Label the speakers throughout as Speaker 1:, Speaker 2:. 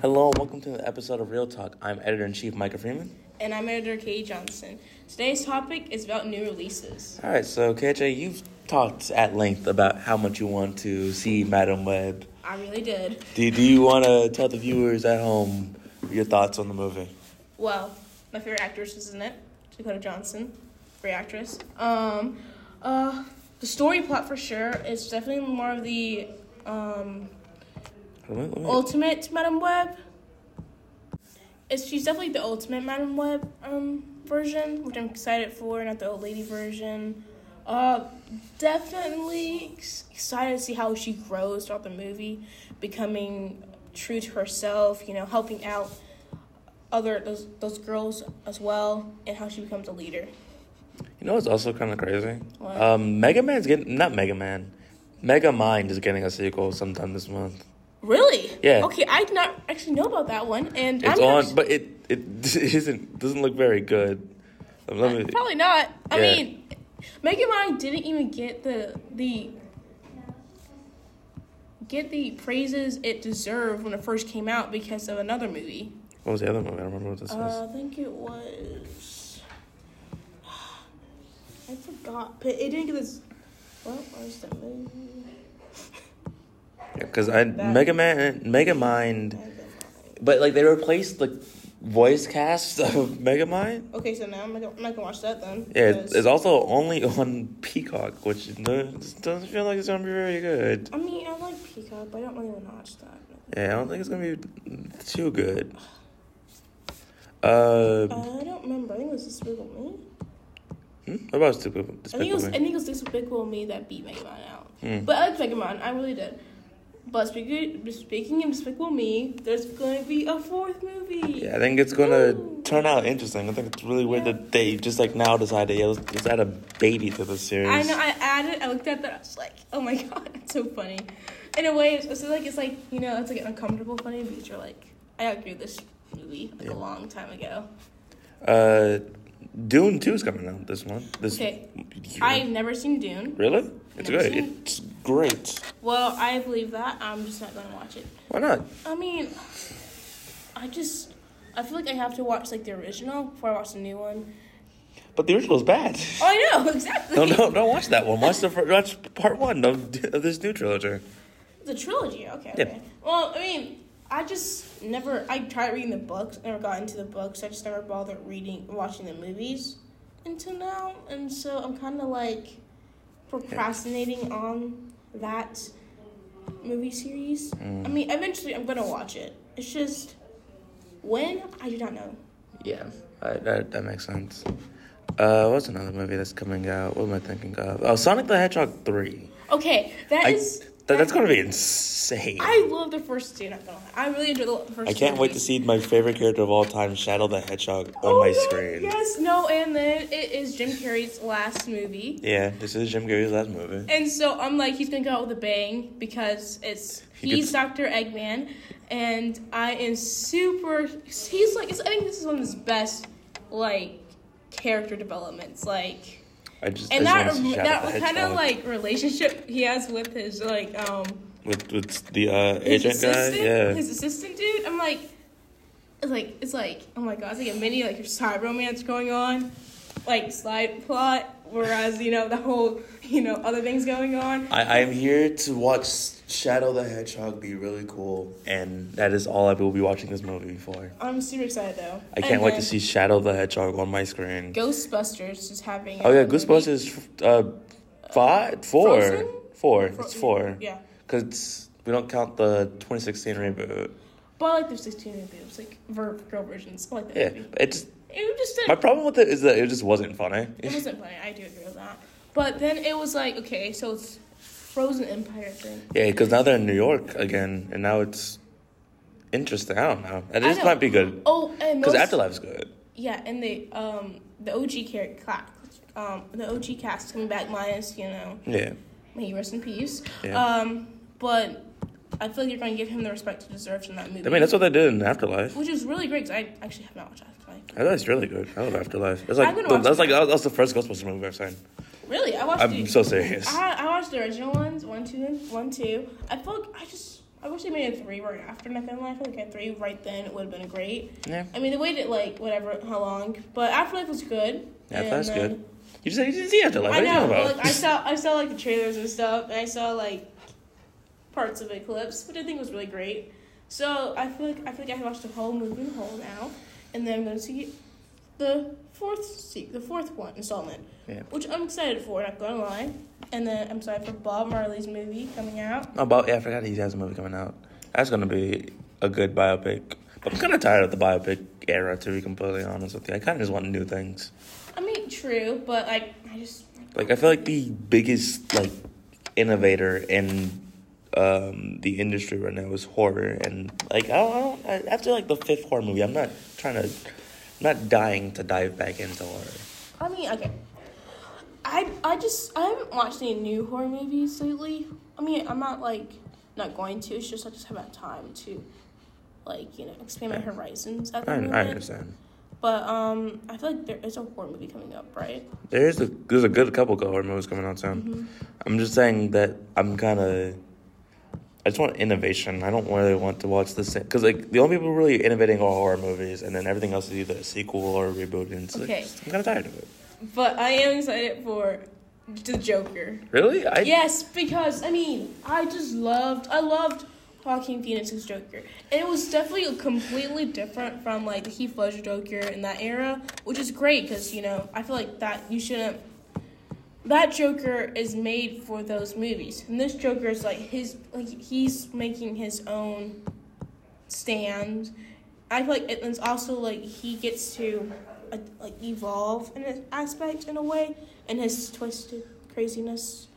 Speaker 1: Hello, and welcome to the episode of Real Talk. I'm editor in chief Micah Freeman.
Speaker 2: And I'm editor Katie Johnson. Today's topic is about new releases.
Speaker 1: All right, so KJ, you've talked at length about how much you want to see Madam Web.
Speaker 2: I really did.
Speaker 1: Do, do you want to tell the viewers at home your thoughts on the movie?
Speaker 2: Well, my favorite actress is in it, Dakota Johnson, great actress. Um, uh, the story plot for sure is definitely more of the um,
Speaker 1: Let me- let me-
Speaker 2: ultimate Madam Web. It's, she's definitely the ultimate Madam Web um, version, which I'm excited for, not the old lady version. Uh, definitely ex- excited to see how she grows throughout the movie, becoming true to herself. You know, helping out other those those girls as well, and how she becomes a leader.
Speaker 1: You know what's also kind of crazy?
Speaker 2: What?
Speaker 1: Um, Mega Man's getting, not Mega Man, Mega Mind is getting a sequel sometime this month.
Speaker 2: Really?
Speaker 1: Yeah.
Speaker 2: Okay, I did not actually know about that one, and
Speaker 1: It's
Speaker 2: I'm
Speaker 1: on,
Speaker 2: actually-
Speaker 1: but it, it isn't, doesn't look very good. Let me,
Speaker 2: Probably not. I
Speaker 1: Yeah.
Speaker 2: mean, Mega Mind didn't even get the the get the praises it deserved when it first came out because of another movie.
Speaker 1: what was the other movie? I don't remember what this
Speaker 2: Uh,
Speaker 1: is.
Speaker 2: I think it was. I forgot, but it didn't get this. What was that movie?
Speaker 1: Because I
Speaker 2: That-
Speaker 1: Mega Man, Mega Mind.
Speaker 2: Mega Mind.
Speaker 1: But like they replaced the voice cast of Megamind.
Speaker 2: Okay, so now I'm not gonna, I'm not gonna watch that then.
Speaker 1: Yeah, it's,
Speaker 2: because-
Speaker 1: it's also only on Peacock, which no- just doesn't feel like it's gonna be very good.
Speaker 2: I mean, I like Peacock, but I don't really want to watch that.
Speaker 1: Yeah, I don't think it's gonna be too good. Uh,
Speaker 2: Uh, I don't remember. I think it was Despicable Me.
Speaker 1: hmm? what about Stupid?
Speaker 2: I think it was I
Speaker 1: Despicable Me?
Speaker 2: think it was Despicable Me that beat Megamon out.
Speaker 1: Hmm.
Speaker 2: But I liked Megamon, I really did. But speaking speaking of Despicable Me, there's going to be a fourth movie.
Speaker 1: Yeah, I think it's gonna
Speaker 2: Ooh.
Speaker 1: turn out interesting. I think it's really weird that they just like now decided, yeah, let's, let's add a baby to the series.
Speaker 2: I know. I added. I looked at that. I was like, "Oh my god, it's so funny." In a way, it's, it's like it's like you know, it's like an uncomfortable funny because you're like, "I outgrew this movie like
Speaker 1: Yeah.
Speaker 2: a long time ago."
Speaker 1: Uh, Dune Two is coming out this one. This
Speaker 2: Okay.
Speaker 1: year.
Speaker 2: I've never seen Dune.
Speaker 1: really? It's
Speaker 2: Never
Speaker 1: good.
Speaker 2: seen it.
Speaker 1: It's great.
Speaker 2: Well, I believe that. I'm just not going to watch it.
Speaker 1: Why not?
Speaker 2: I mean, I just I feel like I have to watch like the original before I watch the new one.
Speaker 1: But the original's bad.
Speaker 2: Oh, I know exactly.
Speaker 1: No, no, don't watch that one. Watch the fir- watch part one of, of this new trilogy.
Speaker 2: The trilogy. Okay.
Speaker 1: Yeah.
Speaker 2: Okay. Well, I mean, I just never. I tried reading the books. Never got into the books. I just never bothered reading, watching the movies until now. And so I'm kind of like procrastinating on that movie series.
Speaker 1: Mm.
Speaker 2: I mean, eventually I'm gonna watch it. It's just when I do not know.
Speaker 1: Yeah, I, that that makes sense. Uh, what's another movie that's coming out? What am I thinking of? Oh, Sonic the Hedgehog three.
Speaker 2: Okay, that
Speaker 1: I,
Speaker 2: is.
Speaker 1: th- that's gonna be insane. I,
Speaker 2: I love the first two. Not gonna lie, I really enjoyed the the first. two
Speaker 1: can't wait to
Speaker 2: movies.
Speaker 1: see my favorite character of all time, Shadow the Hedgehog, on
Speaker 2: Oh
Speaker 1: my
Speaker 2: God,
Speaker 1: screen.
Speaker 2: Yes, no, and then it is Jim Carrey's last movie,
Speaker 1: Yeah, this is Jim Carrey's last movie.
Speaker 2: and so I'm like, he's gonna go out with a bang because it's
Speaker 1: He
Speaker 2: he's
Speaker 1: gets-
Speaker 2: Doctor Eggman, and I am super. He's like, it's, I think this is one of his best like character developments, like,
Speaker 1: I just
Speaker 2: and
Speaker 1: I
Speaker 2: that
Speaker 1: just wanna see Shadow the
Speaker 2: that kind of
Speaker 1: Hedgehog
Speaker 2: like relationship he has with his like um
Speaker 1: with with the uh, agent
Speaker 2: his
Speaker 1: guy.
Speaker 2: assistant,
Speaker 1: Yeah,
Speaker 2: his assistant dude. I'm like, it's like it's like oh my god, it's like a mini like side romance going on, like slide plot. Whereas you know the whole you know other things going on.
Speaker 1: I, I'm here to watch Shadow the Hedgehog be really cool, and that is all I will be watching this movie for.
Speaker 2: I'm super excited though.
Speaker 1: I can't wait to see Shadow the Hedgehog on my screen.
Speaker 2: Ghostbusters is having.
Speaker 1: oh yeah,
Speaker 2: another
Speaker 1: Goosebumps
Speaker 2: movie.
Speaker 1: is uh, five, four,
Speaker 2: Frozen?
Speaker 1: four.
Speaker 2: Fro-
Speaker 1: It's four.
Speaker 2: Yeah,
Speaker 1: Because we don't count the 2016 reboot.
Speaker 2: but I like there's 16 movies, like ver- girl versions. I like that
Speaker 1: Yeah,
Speaker 2: movie.
Speaker 1: it just
Speaker 2: It was just
Speaker 1: my
Speaker 2: didn't-
Speaker 1: problem with it is that it just wasn't funny.
Speaker 2: it wasn't funny. I do agree with that. But then it was like okay, so it's Frozen Empire thing.
Speaker 1: Yeah, because now they're in New York again, and now it's interesting. I don't know. It
Speaker 2: I
Speaker 1: just
Speaker 2: know.
Speaker 1: might be good
Speaker 2: Oh, and
Speaker 1: because
Speaker 2: most-
Speaker 1: Afterlife's good.
Speaker 2: Yeah, and the um the OG character class, um the OG cast coming back minus you know
Speaker 1: Yeah.
Speaker 2: may he rest in peace.
Speaker 1: Yeah.
Speaker 2: Um, but I feel like you're going to give him the respect he deserves in that movie.
Speaker 1: I mean, that's what they did in Afterlife.
Speaker 2: which is really great because I actually have not watched Afterlife.
Speaker 1: I thought it's really good. I love Afterlife. It's
Speaker 2: I'm
Speaker 1: like
Speaker 2: gonna watch
Speaker 1: that's like that was the first Ghostbusters movie I've seen.
Speaker 2: Really, I watched.
Speaker 1: I'm
Speaker 2: the,
Speaker 1: so serious.
Speaker 2: I, I watched the original ones one two and one two. I feel like I just I wish they made a three right after Nothing Life. Like a three right then, it would have been great.
Speaker 1: Yeah.
Speaker 2: I mean, they waited like whatever, how long? But Afterlife was good.
Speaker 1: Yeah,
Speaker 2: and um,
Speaker 1: that's
Speaker 2: then-
Speaker 1: good. You just you didn't see Afterlife.
Speaker 2: I
Speaker 1: What are you
Speaker 2: know.
Speaker 1: talking
Speaker 2: but,
Speaker 1: about?
Speaker 2: Like, I saw I saw like the trailers and stuff, and I saw like parts of Eclipse, which I think was really great. So I feel like I feel like I have watched the whole movie in whole now, and then I'm going to see the fourth se- the fourth one installment,
Speaker 1: Yeah.
Speaker 2: which I'm excited for. Not going to lie. And then I'm sorry for Bob Marley's movie coming out.
Speaker 1: Oh, about yeah, I forgot he has a movie coming out. That's gonna be a good biopic. But I'm kind of tired of the biopic era, to be completely honest with you. I kind of just want new things.
Speaker 2: I mean, true, but like I just
Speaker 1: Like I feel like the biggest like innovator in um, the industry right now is horror, and like I don't, I don't I, after like the fifth horror movie, I'm not trying to, I'm not dying to dive back into horror.
Speaker 2: I mean, okay. I I just I haven't watched any new horror movies lately. I mean, I'm not like not going to. It's just I just haven't had time to, like you know, expand my
Speaker 1: Yeah.
Speaker 2: horizons at
Speaker 1: I,
Speaker 2: the moment.
Speaker 1: I understand.
Speaker 2: But um, I feel like there is a horror movie coming up, right?
Speaker 1: There's a there's a good couple horror movies coming out soon. I'm just saying that I'm kind of. I just want innovation. I don't really want to watch the same because like the only people really innovating are horror movies, and then everything else is either a sequel or a reboot. And it's like,
Speaker 2: Okay.
Speaker 1: I'm kind of tired of it.
Speaker 2: But I am excited for the Joker.
Speaker 1: Really, I
Speaker 2: Yes, because I mean, I just loved I loved Joaquin Phoenix's Joker. And it was definitely completely different from like the Heath Ledger Joker in that era, which is great because you know I feel like that you shouldn't. That Joker is made for those movies, and this Joker is like his like he's making his own stand. I feel like it- it's also like he gets to uh, like evolve in an aspect in a way, and his twisted craziness.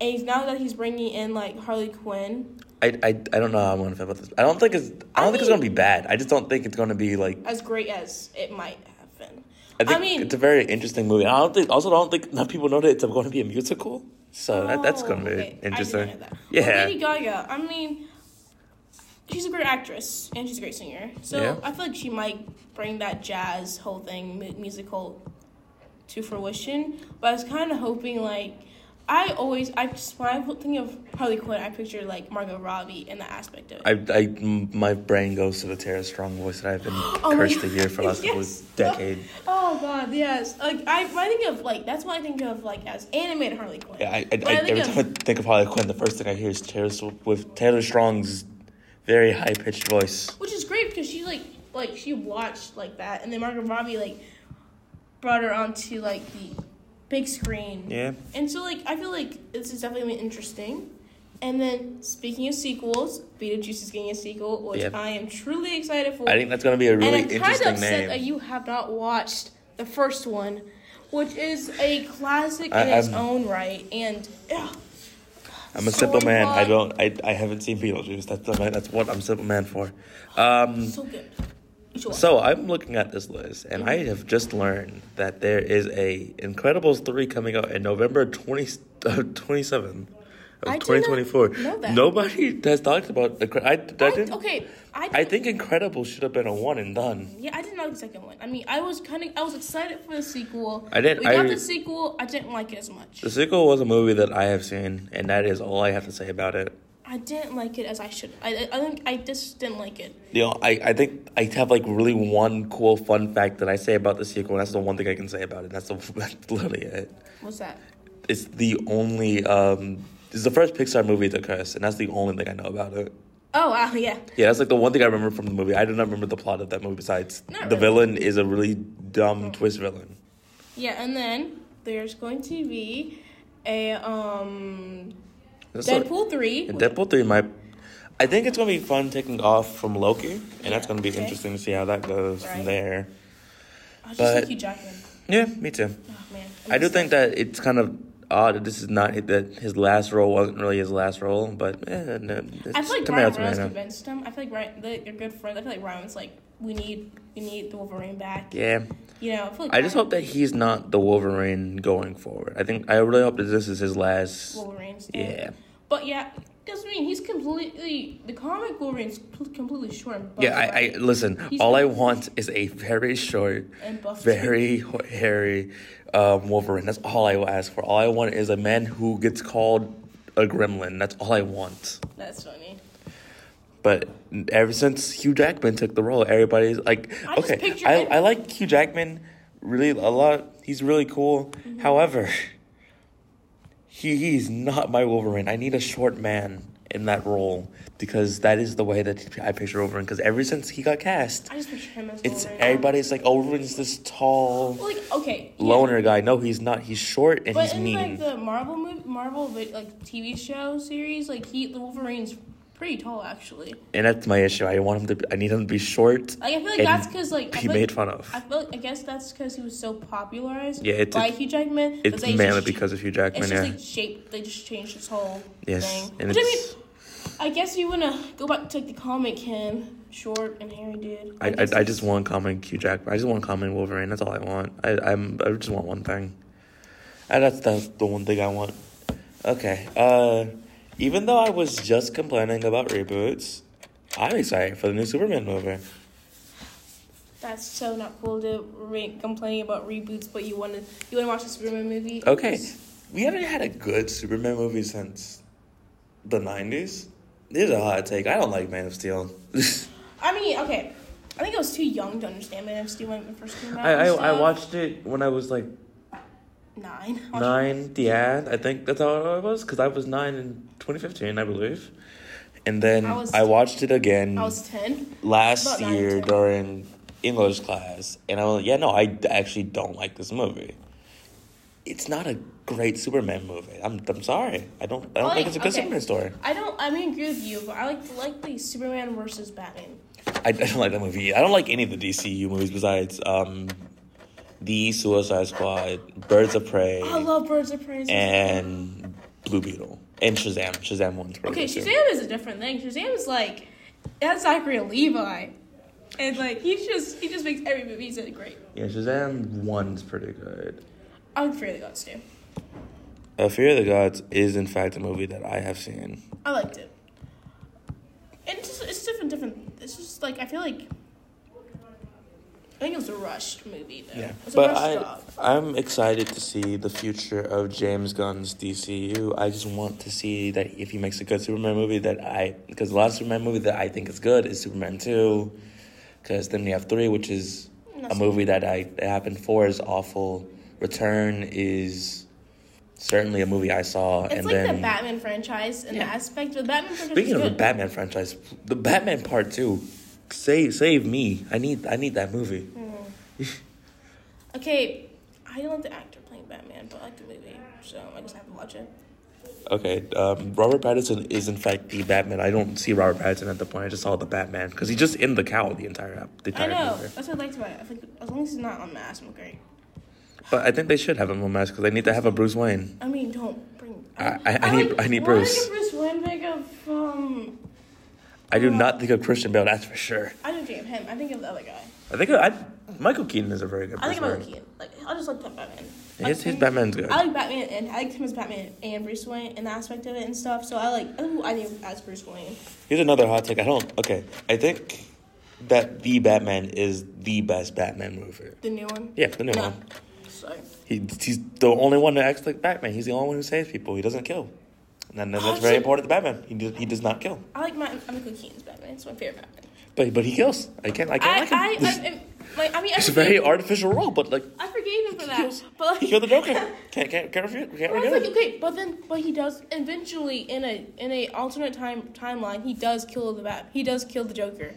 Speaker 2: And he's now that he's bringing in like Harley Quinn
Speaker 1: I, I, I don't know how I'm gonna feel about this. I don't think it's I
Speaker 2: I
Speaker 1: don't think it's
Speaker 2: mean-
Speaker 1: gonna be bad. I just don't think it's gonna be like
Speaker 2: as great as it might have been.
Speaker 1: I think
Speaker 2: mean-
Speaker 1: it's a very interesting movie. I don't think also don't think enough people know that it's going to be a musical. So that, that's gonna be
Speaker 2: Oh, okay. I
Speaker 1: interesting.
Speaker 2: didn't know that.
Speaker 1: Yeah.
Speaker 2: Well, Lady Gaga. I mean, she's a great actress and she's a great singer. So
Speaker 1: Yeah.
Speaker 2: I feel like she might bring that jazz whole thing mu- musical to fruition. But I was kind of hoping like. I always, I just, when I think of Harley Quinn, I picture like Margot Robbie in that aspect of it.
Speaker 1: I, I, m- my brain goes to the Tara Strong voice that I've been
Speaker 2: Oh my
Speaker 1: cursed to
Speaker 2: God.
Speaker 1: hear for the last couple
Speaker 2: Yes.
Speaker 1: of decade.
Speaker 2: Oh god, yes. Like I, when I think of like that's what I think of like as animated Harley Quinn.
Speaker 1: Yeah, I, I,
Speaker 2: When
Speaker 1: I,
Speaker 2: think
Speaker 1: every
Speaker 2: of-
Speaker 1: time I think of Harley Quinn, the first thing I hear is Taylor Sw- with Taylor Strong's very high pitched voice.
Speaker 2: which is great because she like like she watched like that, and then Margot Robbie like brought her onto like the big screen.
Speaker 1: Yeah,
Speaker 2: And so like I feel like this is definitely interesting. And then speaking of sequels, Beetlejuice is getting a sequel, which
Speaker 1: Yeah.
Speaker 2: I am truly excited for.
Speaker 1: I think that's gonna be a
Speaker 2: and
Speaker 1: really
Speaker 2: I'm kind of
Speaker 1: interesting
Speaker 2: upset
Speaker 1: name.
Speaker 2: that you have not watched the first one, which is a classic
Speaker 1: I-
Speaker 2: in its
Speaker 1: I'm-
Speaker 2: own right. And ugh,
Speaker 1: I'm a
Speaker 2: so
Speaker 1: simple man. I
Speaker 2: unplugged.
Speaker 1: don't. I, I haven't seen Beetlejuice. That's the, that's what I'm a simple man for. Um,
Speaker 2: so good. You should watch
Speaker 1: so I'm looking at this list, and I have just learned that there is a Incredibles three coming out in November 20, uh, 27th of
Speaker 2: I did not
Speaker 1: 2024.
Speaker 2: know that.
Speaker 1: Nobody has talked about the. cre- I, I
Speaker 2: it. I-
Speaker 1: didn't.
Speaker 2: okay, I,
Speaker 1: I
Speaker 2: didn't-
Speaker 1: think Incredibles should have been a one and done.
Speaker 2: Yeah, I didn't like the second one. I mean, I was kind of I was excited for the sequel.
Speaker 1: I didn't-
Speaker 2: We got
Speaker 1: I-
Speaker 2: the sequel. I didn't like it as much.
Speaker 1: The sequel was a movie that I have seen, and that is all I have to say about it.
Speaker 2: I didn't like it as I should. I I I think I just didn't like it.
Speaker 1: You know, I, I think I have like really one cool fun fact that I say about the sequel, and that's the one thing I can say about it. That's, the, that's literally it.
Speaker 2: What's that?
Speaker 1: It's the only, um, it's the first Pixar movie to curse, and that's the only thing I know about it.
Speaker 2: Oh wow, yeah.
Speaker 1: Yeah, that's like the one thing I remember from the movie. I do not remember the plot of that movie besides
Speaker 2: Not
Speaker 1: the
Speaker 2: really.
Speaker 1: villain is a really dumb twist villain.
Speaker 2: Yeah, and then there's going to be a um
Speaker 1: That's what-
Speaker 2: Deadpool three.
Speaker 1: And Deadpool 3 might. I think it's going to be fun taking off from Loki, and that's going to be
Speaker 2: Okay.
Speaker 1: interesting to see how that goes from
Speaker 2: Right.
Speaker 1: there.
Speaker 2: I just
Speaker 1: but-
Speaker 2: like Hugh Jackman.
Speaker 1: Yeah, me too.
Speaker 2: Oh man.
Speaker 1: I do
Speaker 2: just-
Speaker 1: think that it's kind of odd that this is not that his last role wasn't really his last role, but eh, no, it's
Speaker 2: I feel like
Speaker 1: coming out
Speaker 2: Ryan
Speaker 1: to me right
Speaker 2: Reynolds
Speaker 1: now.
Speaker 2: convinced him. I feel like Ryan, they- they're good friends. I feel like Ryan's like, we need, we need the Wolverine back.
Speaker 1: Yeah,
Speaker 2: You know, I feel like
Speaker 1: I just
Speaker 2: Ryan-
Speaker 1: hope that he's not the Wolverine going forward. I think I really hope that this is his last.
Speaker 2: Wolverine's dead.
Speaker 1: Yeah,
Speaker 2: But yeah, because I mean, he's completely the comic Wolverine's pl- completely short and buff.
Speaker 1: yeah. I, I
Speaker 2: right?
Speaker 1: listen.
Speaker 2: He's
Speaker 1: all
Speaker 2: the-
Speaker 1: I want is a very short,
Speaker 2: and buff.
Speaker 1: very ho- hairy um, Wolverine. That's all I will ask for. All I want is a man who gets called a gremlin. That's all I want.
Speaker 2: That's funny.
Speaker 1: But ever since Hugh Jackman took the role, everybody's like,
Speaker 2: I just
Speaker 1: okay,
Speaker 2: picture
Speaker 1: I,
Speaker 2: him-
Speaker 1: I like Hugh Jackman really a lot. He's really cool.
Speaker 2: Mm-hmm.
Speaker 1: However, he he's not my Wolverine. I need a short man in that role because that is the way that I picture Wolverine. Because ever since he got cast,
Speaker 2: I just picture him as
Speaker 1: it's
Speaker 2: Wolverine.
Speaker 1: everybody's like, oh, Wolverine's this tall
Speaker 2: Like okay, yeah.
Speaker 1: loner guy. No, he's not. He's short and
Speaker 2: But
Speaker 1: he's
Speaker 2: in
Speaker 1: mean.
Speaker 2: like the Marvel movie, Marvel vi- like TV show series, like he the Wolverine's pretty tall actually.
Speaker 1: and that's my issue. I want him to. Be, I need him to be short.
Speaker 2: Like I feel like
Speaker 1: And
Speaker 2: that's because like I
Speaker 1: be
Speaker 2: feel
Speaker 1: made
Speaker 2: like,
Speaker 1: fun of.
Speaker 2: I feel like I guess that's because he was so popularized.
Speaker 1: Yeah, it's-
Speaker 2: by
Speaker 1: it's-
Speaker 2: Hugh Jackman.
Speaker 1: It's
Speaker 2: that they
Speaker 1: mainly
Speaker 2: just-
Speaker 1: because of Hugh
Speaker 2: It's
Speaker 1: Jackman. Yeah.
Speaker 2: just like shape. They just changed his whole
Speaker 1: yes,
Speaker 2: thing.
Speaker 1: and
Speaker 2: Which
Speaker 1: it's.
Speaker 2: I mean, I guess you wanna go back to like, the comic him, short and hairy dude.
Speaker 1: I,
Speaker 2: guess
Speaker 1: I, I
Speaker 2: it's-
Speaker 1: just want common Hugh Jackman. I just want common Wolverine. That's all I want. I I'm I just want one thing. And that's the the one thing I want. Okay. Uh, even though I was just complaining about reboots, I'm excited for the new Superman movie.
Speaker 2: That's so not cool to re- complaining about reboots, but you wanna you wanna watch the Superman movie.
Speaker 1: Okay, we haven't had a good Superman movie since the '90s. This is a hot take. I don't like Man of Steel.
Speaker 2: I mean, okay. I think I was too young to understand Man of Steel when it first came out.
Speaker 1: I, I
Speaker 2: and
Speaker 1: I
Speaker 2: stuff.
Speaker 1: watched it when I was like
Speaker 2: nine. I watched-
Speaker 1: nine. Yeah, I think that's how I was because I was nine in 2015, I believe. And then I,
Speaker 2: I was-
Speaker 1: watched it again
Speaker 2: I was ten.
Speaker 1: last
Speaker 2: about nine,
Speaker 1: year
Speaker 2: ten.
Speaker 1: during English class, and I was like, yeah, no, I d- actually don't like this movie. It's not a great Superman movie. I'm I'm sorry. I don't I don't
Speaker 2: Like,
Speaker 1: think it's a good
Speaker 2: okay.
Speaker 1: Superman story.
Speaker 2: I don't. I mean, agree with you, but I like like the Superman versus Batman.
Speaker 1: I, I don't like that movie. I don't like any of the DCU movies besides um, the Suicide Squad, Birds of Prey,
Speaker 2: I love Birds of Prey.
Speaker 1: Eh. and Blue Beetle, and Shazam. Shazam one's really
Speaker 2: okay,
Speaker 1: good, too.
Speaker 2: Shazam is a different thing. Shazam is like that's Zachary Levi, and like he's just he just makes every movie he's in great.
Speaker 1: Yeah, Shazam one's pretty good.
Speaker 2: I would Fear the Gods too.
Speaker 1: Uh, Fear of the Gods is in fact a movie that I have seen.
Speaker 2: I liked it. And it's just it's different, different. It's just like I feel like I think it was a rushed movie though. It was a
Speaker 1: but
Speaker 2: rushed
Speaker 1: I
Speaker 2: job.
Speaker 1: I'm excited to see the future of James Gunn's DCU. I just want to see that if he makes a good Superman movie that I because the last Superman movie that I think is good is Superman two, because then we have three, which is a
Speaker 2: That's-
Speaker 1: movie that I that happened four is awful. Return is certainly a movie I saw,
Speaker 2: It's
Speaker 1: and
Speaker 2: like
Speaker 1: then
Speaker 2: the Batman franchise in the
Speaker 1: Yeah.
Speaker 2: aspect, but Batman franchise
Speaker 1: Speaking
Speaker 2: is
Speaker 1: of the
Speaker 2: good.
Speaker 1: Batman franchise, the Batman Part Two, save save me! I need I need that movie.
Speaker 2: okay, I don't like the actor playing Batman, but I like the movie, so I just have to watch it.
Speaker 1: Okay, um, Robert Pattinson is in fact the Batman. I don't see Robert Pattinson at the point. I just saw the Batman because he's just in the cowl the entire ep- the
Speaker 2: I
Speaker 1: entire
Speaker 2: know.
Speaker 1: movie.
Speaker 2: That's what I liked about it. I think as long as he's not on mask, I'm great.
Speaker 1: But I think they should have him on mask because they need to have a Bruce Wayne.
Speaker 2: I mean, don't bring.
Speaker 1: I- I- I need- I need
Speaker 2: why don't
Speaker 1: Bruce.
Speaker 2: you Bruce Wayne make of um.
Speaker 1: I do not think of Christian Bale. That's for sure.
Speaker 2: I don't think of him. I think of the other guy.
Speaker 1: I think I, Michael Keaton is a very good.
Speaker 2: I think
Speaker 1: Bruce
Speaker 2: about
Speaker 1: Wayne.
Speaker 2: Keaton. Like I just like that Batman.
Speaker 1: His his
Speaker 2: Okay.
Speaker 1: Batman's good.
Speaker 2: I like Batman and I like him as Batman and Bruce Wayne and the aspect of it and stuff. So I like I think I think as Bruce Wayne.
Speaker 1: Here's another hot take. I don't. Okay, I think that the Batman is the best Batman movie.
Speaker 2: The new one.
Speaker 1: Yeah, the new
Speaker 2: No.
Speaker 1: one.
Speaker 2: Sorry.
Speaker 1: He, he's the only one that acts like Batman. He's the only one who saves people. He doesn't kill. And then that's very
Speaker 2: Actually-
Speaker 1: important to Batman. He does, he does not kill.
Speaker 2: I like my I'm Michael Keaton's Batman. It's my favorite Batman.
Speaker 1: But but he kills. I can't I can't
Speaker 2: I
Speaker 1: like him.
Speaker 2: I, I, I like I mean I
Speaker 1: it's a
Speaker 2: forgave-
Speaker 1: very artificial role, but like
Speaker 2: I forgave him for
Speaker 1: He
Speaker 2: that.
Speaker 1: kills-
Speaker 2: But like
Speaker 1: he killed the Joker. Can't can't can't refute. Can't
Speaker 2: Well,
Speaker 1: forgive
Speaker 2: it's like
Speaker 1: him.
Speaker 2: okay, but then but he does eventually in a in a alternate time timeline he does kill the bat he does kill the Joker,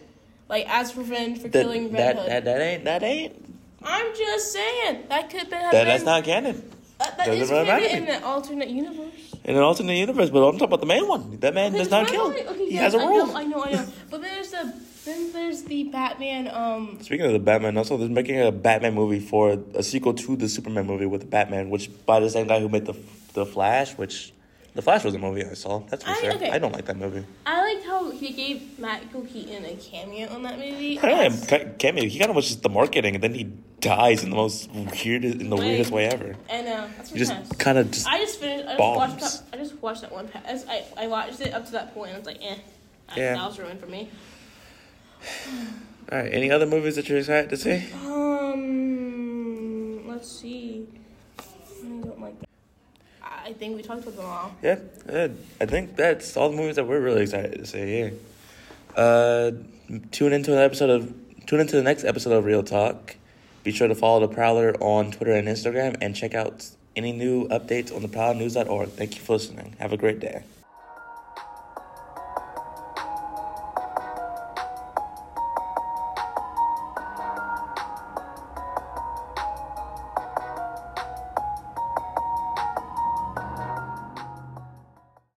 Speaker 2: like as revenge for killing
Speaker 1: That,
Speaker 2: Red
Speaker 1: that,
Speaker 2: Hood.
Speaker 1: that that ain't that ain't
Speaker 2: I'm just saying that could have been uh,
Speaker 1: that, that's not canon.
Speaker 2: that, that
Speaker 1: doesn't
Speaker 2: is
Speaker 1: really matter.
Speaker 2: canon in an alternate universe.
Speaker 1: In an alternate universe, but I'm talking about the main one. That man does not kill. he has
Speaker 2: yes,
Speaker 1: a
Speaker 2: I
Speaker 1: role.
Speaker 2: know, I know, I know. but there's the then there's the Batman. Um,
Speaker 1: Speaking of the Batman, also they're making a Batman movie for a sequel to the Superman movie with Batman, which by the same guy who made the the Flash, which the Flash was a movie I saw. That's for
Speaker 2: I-
Speaker 1: sure.
Speaker 2: okay.
Speaker 1: I don't like that movie.
Speaker 2: I liked how he gave Michael Keaton a cameo on that movie.
Speaker 1: I don't like him. Ca- cameo. He kind of was just the marketing, and then he dies in the most weirdest, in the
Speaker 2: Wait.
Speaker 1: weirdest way ever.
Speaker 2: I know. uh, That's
Speaker 1: You
Speaker 2: what
Speaker 1: just kind of just.
Speaker 2: I just finished. I just watched.
Speaker 1: Bombs.
Speaker 2: That, I just watched that one. pa- as I I watched it up to that point. And I was like, eh, that,
Speaker 1: Yeah.
Speaker 2: that was ruined for me.
Speaker 1: All right. Any other movies that you're excited to see?
Speaker 2: Um, let's see. I don't like. That. I think we talked about them all.
Speaker 1: Yeah. yeah. I think that's all the movies that we're really excited to see. Yeah. Uh, tune into an episode of tune into the next episode of Real Talk. Be sure to follow the Prowler on Twitter and Instagram, and check out any new updates on theprowlernews.org. Thank you for listening. Have a great day.